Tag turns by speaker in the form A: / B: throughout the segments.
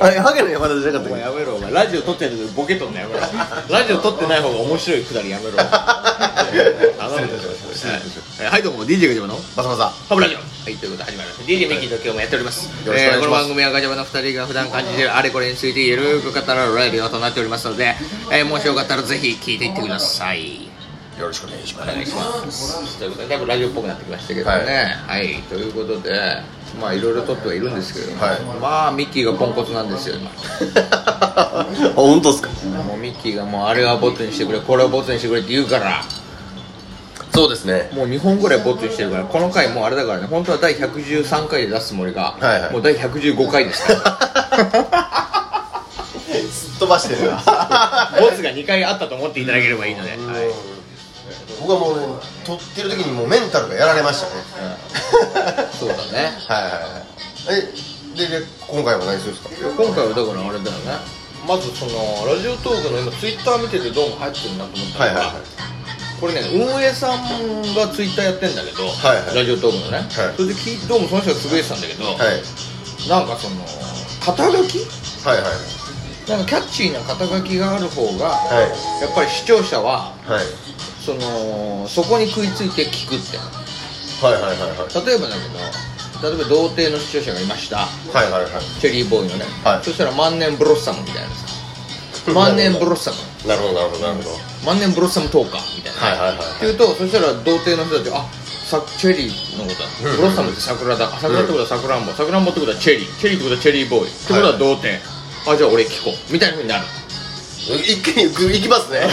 A: あれハゲの山田じゃなかった
B: お
A: っ
B: 前
A: け
B: やめろお前ラジオ撮ってるのにボケとんのやめろラジオ撮ってない方が面白いくだりやめろ頼むはいはいどうも DJ が自慢の
A: バサバサ
B: ハブラジオはいということで始まりました DJ ミッキーと今日もやっております
A: よろしくお願いします
B: この番組はガチャバの2人が普段感じているあれこれについてゆるく語るラジオとなっておりますので、えーもしよかったらぜひ聞いていってください
A: よろしくお願いしま
B: お願いしますということでだいぶラジオっぽくなってきましたけどねはい、ということでまあいろいろ撮ってはいるんですけれども、
A: はい
B: まあミッキーがポンコツなんですよ今
A: あ本当ですか
B: もうミッキーがもうあれはボツにしてくれこれはボツにしてくれって言うから
A: そうですね
B: もう2本ぐらいボツにしてるからこの回もうあれだからね本当は第113回で出すつもりが、
A: はいはい
B: もう第115回です から
A: すっ飛ばしてるな
B: ボツが2回あったと思っていただければいいので、はい
A: 僕はもうね撮ってる時にもうメンタルがやられましたね
B: そうだね
A: はいはいはいえでで今回は何するんですか
B: いや今回はだからあれだよねまずそのラジオトークの今ツイッター見ててどうも入ってるなと思ったのが、
A: はいはいはい
B: これね運営さんがツイッターやってんだけど、
A: はいはい
B: ラジオトークのね、
A: はい
B: それで聞いどうもその人がつぶやいてたんだけど、
A: はい
B: なんかその肩書き
A: はいはい
B: なんかキャッチーな肩書きがある方が、
A: はい
B: やっぱり視聴者は
A: はい
B: そのそこに食いついて聞くって
A: はいはいはいはい
B: 例えばだけど例えば童貞の視聴者がいました
A: はいはいは
B: チェリーボーイのね、
A: はい
B: そしたら万年ブロッサムみたい なさ
A: い
B: 万年ブロッサム
A: なるほどなるほどなるほど
B: 万年ブロッサムトーカーみたいな、
A: はいはいはい
B: っていうとそしたら童貞の人たちがあさチェリーのことだ、
A: うん
B: ブロッサムって桜だあ桜ってことはさくらんぼさくらんぼってことはチェリーチェリーってことはチェリーボーイってことは童貞、あじゃあ俺聞こうみたいなふうになる
A: 一気に行く行きますね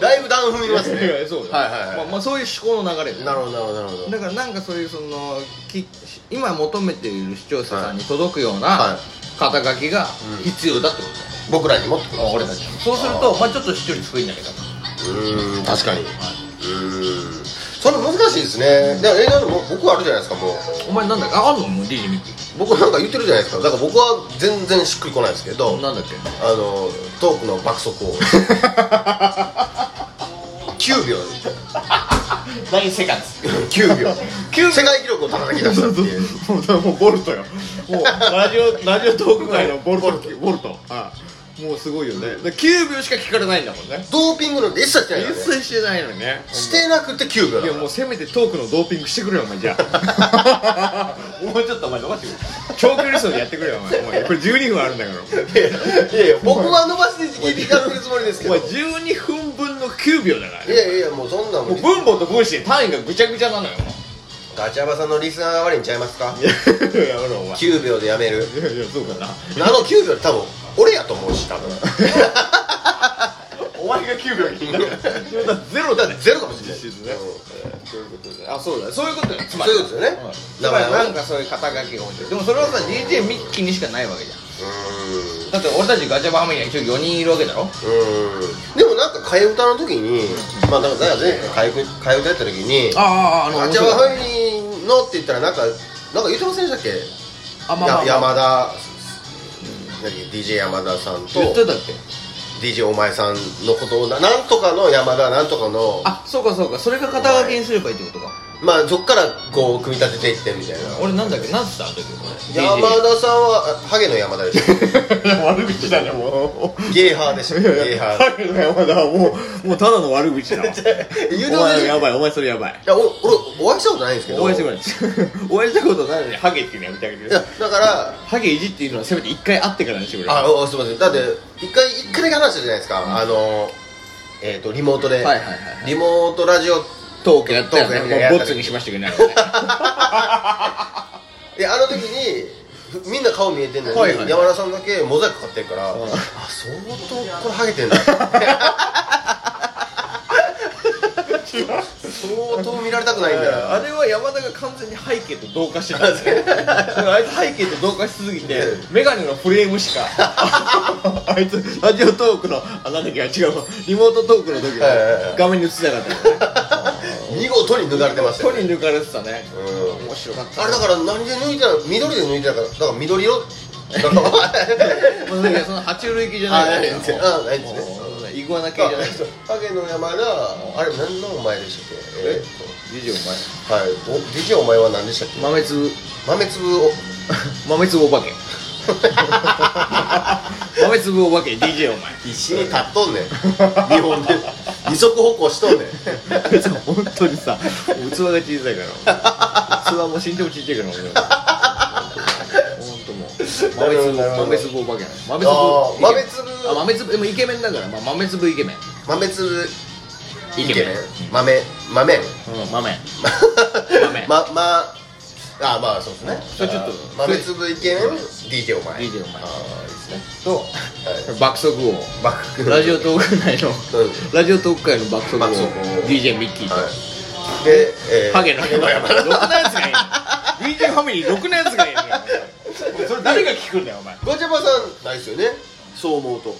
A: だいぶダウン踏みますね
B: いや そうだよ
A: はいはいはい
B: まあまあそういう思考の流れだよ
A: なるほどなるほどなるほど
B: だからなんかそういうそのき今求めている視聴者さんに届くよう
A: は
B: な肩書きが
A: うん
B: 必要だってことだよ、
A: 僕らにもってこと
B: 俺たちそうするとまあちょっと視聴率増えんだけど
A: うーん確かにうーんそれ難しいですねだから映画のも僕はあるじゃないですかもう
B: お前なんだっけああんのもう DJ ミッキ
A: 僕なんか言ってるじゃないですかだから僕は全然しっくりこないですけど
B: ーなんだっけ
A: あのトークの爆 速を9秒
B: 何セカンズ
A: 9秒世界記録を叩き出したっていう
B: もうボルトよもうラジオラジオトーク界のボルトボルトああもうすごいよねだから9秒しか聞かれないんだもんね
A: ドーピングの一切してない
B: 一
A: からね
B: 切してないのね
A: してなくて9秒
B: い
A: だ
B: や
A: か
B: もうせめてトークのドーピングしてくれよお前じゃあもうちょっ とお前伸ばしてくれ長距離走でやってくれ よお前お前これ12分あるんだから
A: らいやいやいや僕は伸ばして聞いていただけるつもりですけ
B: お
A: ど
B: 前
A: い
B: 12分分の9秒だからね
A: やいやもうそんなも
B: も
A: ん
B: う分母と分子で単位がぐちゃぐちゃなのよ
A: ガチャバさんのリスナーが悪いんちゃいますか
B: いややめろお前
A: 9秒でやめる
B: いやいやそうかな
A: あの9秒って多分俺やと思うし多分
B: お前が9秒になるゼロだね
A: ゼロかもしれない
B: 実質ねそういうことであそうだそういうことだよつま
A: そう
B: り
A: いうことですよね
B: うんだ
A: だか
B: か
A: らら
B: なんかそういう肩書きが面白いでもそれはさ DJ ミッキーにしかないわけじゃん
A: う
B: だって俺たちガチャバハムには一応4人いるわけだろ
A: ーんうーんでもなんか替え歌の時にまあだから前回替え替え歌やった時に「
B: あああ
A: あちゃわはみの」って言ったらなんかなんか言ってませんでしたっけ
B: あまあまあ
A: や
B: まあ
A: 山田何 DJ 山田さん
B: 言っ
A: と
B: てたっけ
A: DJ お前さんのことをななんとかの山田なんとかの
B: あそうかそうかそれが肩書きにすればいいってことか
A: まあそっからこう組み立てていってみたいな
B: 俺なんだっけなんつったあの時
A: 山田さんはあハゲの山田でした
B: 田悪口だねもう
A: ゲーハーでしたゲーハー
B: ハゲの山田はもうもうただの悪口だ わ
A: 言うて
B: お
A: ません
B: 前やばいお前それやばい
A: いやお俺お会いしたことないんですけど
B: 応援してこない応援したことないのにハゲっていうのやめてあげてく
A: いやだから
B: ハゲいじっていうのはせめて一回会ってからにしてくれ
A: あおすいませんだって一回一回だけ話したじゃないですか、あのえっ、とリモートで、
B: はいはいはい
A: リモートラジオ
B: トークやったよ
A: トークやった
B: ね
A: や
B: も
A: った
B: うボツにしましたけどねあれね
A: いやあの時にふみんな顔見えてんのに、
B: はいはい
A: 山田さんだけモザイクかかってるから、
B: ん
A: あ相当これハゲてんだ相当見られたくないんだ
B: あ
A: よ
B: れは山田が完全に背景と同化してたんです よあいつ背景と同化しすぎてメガネのフレームしかあいつラジオトークのあなんだっけあ違うわリモートトークの時
A: はいはいは
B: はい画面に映ってなかったよね
A: 見事に抜かれてましたよ
B: 取
A: ね、
B: り抜かれてたね
A: うん
B: 面白かった
A: あれだから何で抜いたの緑で抜いてたからだから緑色 だから
B: まあいやその爬虫類系じゃ
A: あ
B: な
A: ないい
B: で
A: ですす
B: よ
A: ねあないですね
B: もうイグアナ系じゃないですよ
A: 影の山田あれ何のお前でしたっけえ
B: えジジお前
A: はいお DJ お前は何でしたっけ
B: 豆粒
A: 豆粒を
B: 豆粒お化け豆粒お化け DJ お前
A: 必死に立っとん ねん日本で二足歩行しとんねん
B: 本当にさ器が小さいから器も身長も小さいから俺本当もう
A: なるほどなるほど
B: 豆粒豆粒お化けなの豆
A: あー豆
B: 粒イケメン
A: 粒
B: あ豆粒でもイケメンだから、まあ、豆粒イケメン
A: 豆粒
B: イケメン
A: 豆豆
B: うん豆豆
A: ままあまあそうですね
B: それちょっと
A: あー豆粒イケメン DJ お前
B: DJ お前
A: あーいいですね
B: と
A: は
B: 爆速王
A: いバック
B: ラジオトーク内の
A: うん
B: ラジオトーク界の爆速王
A: 爆速王
B: DJ ミッキーと、
A: はいで、えー、
B: ハゲの山
A: ハ
B: ろ
A: ゲの
B: くなやつがいい DJ ファミリーろくなやつがいいのよ それ誰が聞くんだよお前
A: ガチャバさんないですよねそう思うと、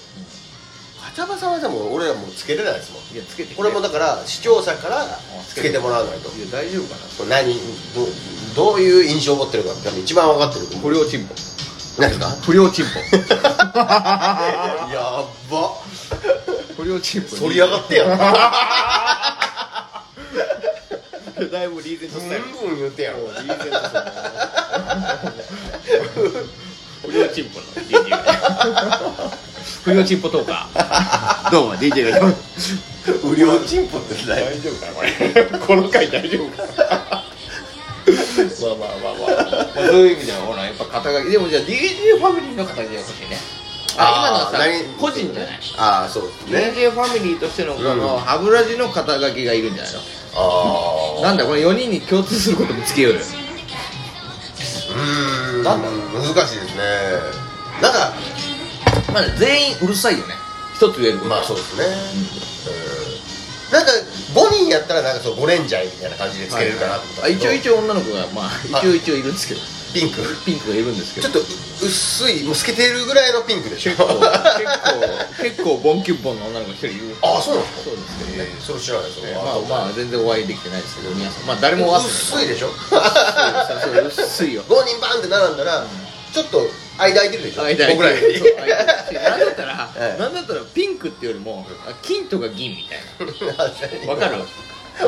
A: ガチャバさんはでも俺らもうつけれないですもん
B: いやつけて
A: これもだから視聴者からつけてもらわないと
B: いや大丈夫かな
A: 何どどういう印象を持ってるかって多分一番分かってる
B: 不良チンポ
A: 何ですか
B: 不良チンポ
A: やっば
B: 不良チンポ
A: 反り上がってや
B: だいぶリーゼントスタイル
A: ブン言ってやろ
B: リーゼントスタイル不良チンポの DJ 不良チンポトーカー どうも DJ がいます
A: 不良チンポってない
B: 大丈夫かなこれこの回大丈夫かなまあまあまあまあ、まあ、そういう意味ではほらやっぱ肩書きでもじゃあ DJ ファミリーの肩書きが欲しいねあ
A: あー
B: 今のは
A: 何
B: さ個人じゃない
A: ああそうですね
B: DJ ファミリーとしてのこの歯ブラシの肩書きがいるんじゃないの
A: ああ
B: なんだこれ4人に共通すること見つけようよ
A: うーん
B: なんだ
A: 難しいですねなんか
B: まあ全員うるさいよね一つ言えること
A: まあそうですね、うん、なんか5人やったらなんかそうゴレンジャーみたいな感じでつけれるかなと思った
B: あ一応一応女の子がまあ一応一応いるんですけど
A: 応ピンク
B: ピンクがいるんですけ
A: ち
B: ど
A: ょっと薄いもう透けてるぐらいのピンクでしょ
B: 結構結構結構ボンキュッボンの女の子一人いる
A: ああそうなんですか
B: そうですね
A: えーそれ知らないですね
B: まあまあ全然お会いできてないですけど皆さんまあ誰もお会いす
A: 薄いでしょ
B: る薄 いよ
A: 5人バンって並んだらちょっと間空いてるでしょ
B: 間
A: 僕らより
B: そう間なんだったら、
A: ええ
B: なんだったらピンクっていうよりもあ金とか銀みたい なわかる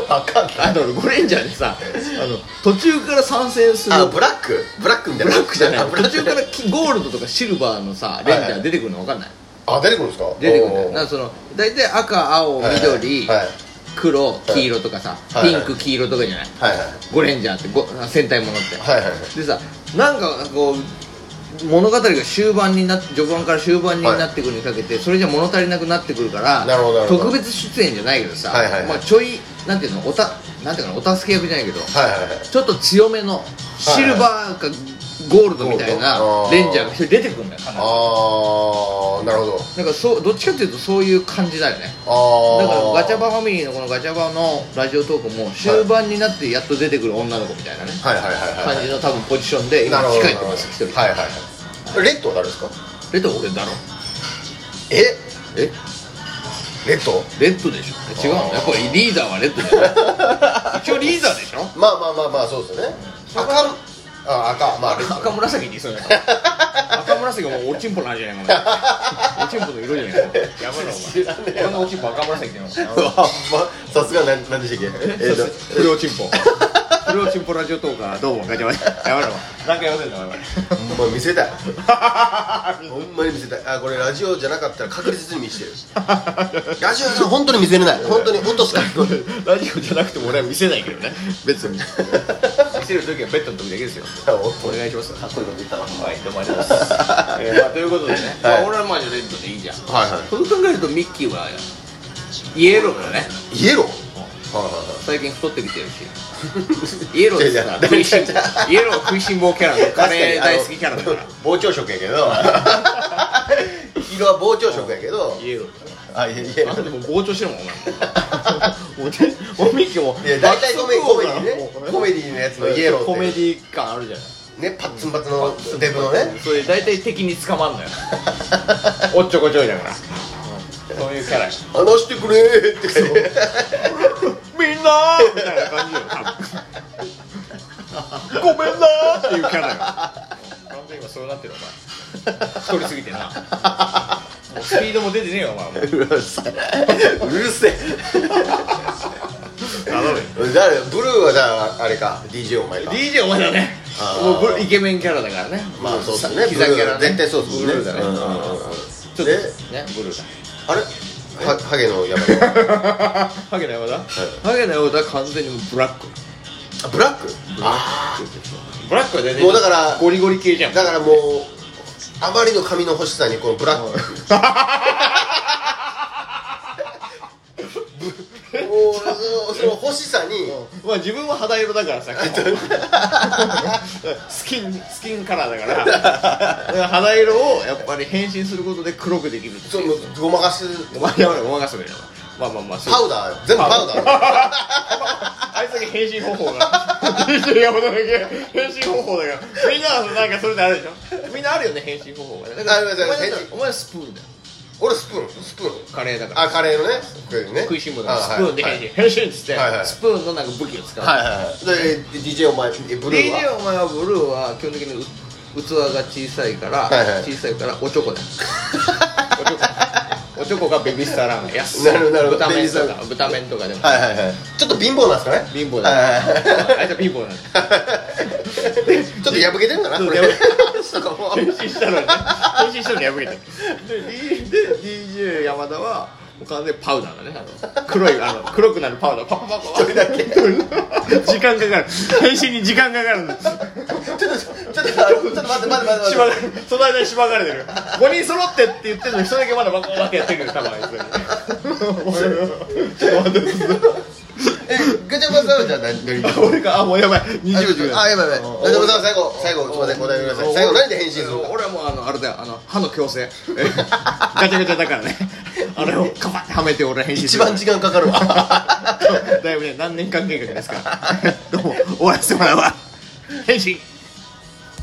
A: わかんない
B: あのゴレンジャーでさあの途中から参戦する
A: あブラックブラックみたい
B: ブ
A: な
B: ラックじゃない
A: あブラッ
B: 途
A: ク
B: 中からきゴールドとかシルバーのさレンジャー出てくるの分かんない
A: あ出てくるんですか
B: 出てくるんだよ
A: おー
B: なんかその大体赤青
A: はいはい
B: 緑
A: はい
B: 黒黄色とかさ
A: はい
B: ピ
A: は
B: ン
A: い
B: ク黄色とかじゃない
A: はいはい
B: ゴレンジャーってご戦隊ものって
A: はいはいはい
B: でさなんかこう物語が終盤になって序盤から終盤になってくるにかけて、それじゃ物足りなくなってくるから
A: なるほどなるほど
B: 特別出演じゃないけどさ、
A: はいはいはい
B: まあ、ちょいなんていうのおたなんていうかなお助け役じゃないけど
A: はいはいはい
B: ちょっと強めのシルバーかゴールドみたいな
A: ゴールドあー
B: レンジャーが一人出てくるんだよ必ず
A: ああなるほど
B: なんかそうどっちかっていうとそういう感じだよね
A: あ
B: だ
A: あ
B: からガチャバファミリーのこのガチャバのラジオトークも終盤になってやっと出てくる女の子みたいなね
A: はいはいはいはい
B: 感じの多分ポジションで今
A: なるほど
B: 控えてます一人、
A: はいはいはいレッドは誰ですか
B: レッドは俺だろ
A: え
B: え
A: レッド
B: レッドでしょ違うの
A: あー
B: やっぱりリーダーはレッドじゃない 一応リーダーでしょ
A: まあまあまあまあそうですよね赤あ赤まあレッド
B: 赤紫にそうやな赤紫がもうおちんぽの味じゃ ないかおちんぽの色じゃないかやばいな
A: 知らねえ
B: お前俺のおちんぽ赤紫って言うの
A: あんまさすが何何でしたっけえーと
B: 不良チ ンポ不良チンポラジオトーカーどうもガチャバチャやばいな何回言わせんだお前
A: ほんま見せたいほんまに見せたいあこれラジオじゃなかったら確実に見せてるラジオじゃ本当に見せれない 本当に音しか聞こえない
B: ラジオじゃなくても俺は見せないけどね別に見せる時はベッドの時だけですよお願いします
A: かっこいいこと言ったわ
B: はい、どうもありがとうございます。 えーまあ、ということでね、ま
A: はい
B: あ、俺はまあ、レッドでいいじゃん。
A: はいは
B: そう考えると、ミッキーは。イエローだね。
A: いイエローはいはいはい
B: 最近太ってきてるし。 イエローってさ、
A: 違う違う
B: 食いしん坊。イエローは食いしん坊キャラの、カレー大好きキャラだから。
A: 膨張色やけど色は膨張色やけど
B: イエロー。
A: あいやいや
B: あんたでも膨張してるもん、お前。 もうね、もうミッキーも。
A: いや大体コメコメディ
B: もうこれ
A: ねコメディのやつのイエローって
B: コメディ感あるじゃない。
A: ねパッツンパツのデブのね
B: それ大体敵に捕まんの よ。おっちょこちょいだから。そういうキャラ。
A: 話してくれーってそう
B: みんなーみたいな感じよ多分ごめんなーっていうキャラよ完全に今そうなってるお前太りすぎてなもうスピードも出てねえよお前もう
A: うるさいうるせえ
B: 頼むよ
A: 誰ブルーはじゃああれか DJ お前か
B: DJ お前だね
A: あー
B: もうブルイケメンキャラだからね
A: まあそうですね
B: 膝キャラ
A: ブルー絶対そうですもんね
B: ブルーだね
A: うんうんうん
B: ちょっと
A: で
B: ねブルーだ
A: あれはハゲの山田
B: ハゲの山田、ハゲの山田は完全にもうブラック
A: あブラックあ
B: ブラックは全然
A: もうだから
B: ゴリゴリ系じゃん
A: あだからもうあまりの髪の欲しさにこのブラック もうそのその欲しさに
B: まあ自分は肌色だからさきっとスキンスキンカラーだからだから肌色をやっぱり変身することで黒くできる
A: そのごまかす
B: お前やばいごまかすみたいなまあまあまあそう
A: パウダー全部パウダー
B: あいつだけ変身方法が山田だけ変身方法だからみんなはなんかそれであるでしょみんなあるよね変身方法がねだから
A: あるあるある
B: お前だっ
A: 変
B: たらお前はスプーンだよ
A: 俺スプーンスプーン
B: カレーだから
A: あカレーのねこれね
B: 食いしん坊だから
A: あ
B: ス
A: はい
B: プーンで変身、変身っつって、
A: はいはい
B: スプーンのなんか武器を使う、
A: はいはいはいで DJ お前えブルーは
B: DJ お前はブルーは基本的にう器が小さいから、
A: はいはい
B: 小さいからおちょこだよおちょこおちょこがベビースターラーメン安い
A: なるほどなるほど
B: 豚
A: ベビー
B: 麺
A: スター
B: と
A: ラー
B: か豚麺とかでも
A: はいはいはいちょっと貧乏なんですかね
B: 貧乏
A: はい
B: だ
A: はいはい
B: あいつは貧乏なんだ
A: でちょっと破けてるかな
B: そう
A: これ
B: 破
A: そうかも
B: 変身したのにね変身したのに破けたで DJ 山田はもう完全にパウダーだねあの黒いあの黒くなるパウダーパパパパパだけ時間かかる変身に時間かかるんです
A: ちょっとちょっとちょっと待って待って待って待
B: 縛
A: っ
B: られその間に縛られてる5人揃ってって言ってるのに1人だけまだバカバカやってるよ多分あいつちょっと待って
A: てえガチャバサウじゃ何何
B: 俺かあもうやばい20秒
A: あやばいやばいガチャバサウ最後最後すいません答えてください最後何で変身するの
B: 俺はもうあのあれだよあの歯の矯正 ガチャガチャだからねあれをカパッてはめて俺編集
A: 一番時間かかるわ
B: だいぶね何年間計画ですからどうも終わらせてもらうわ変身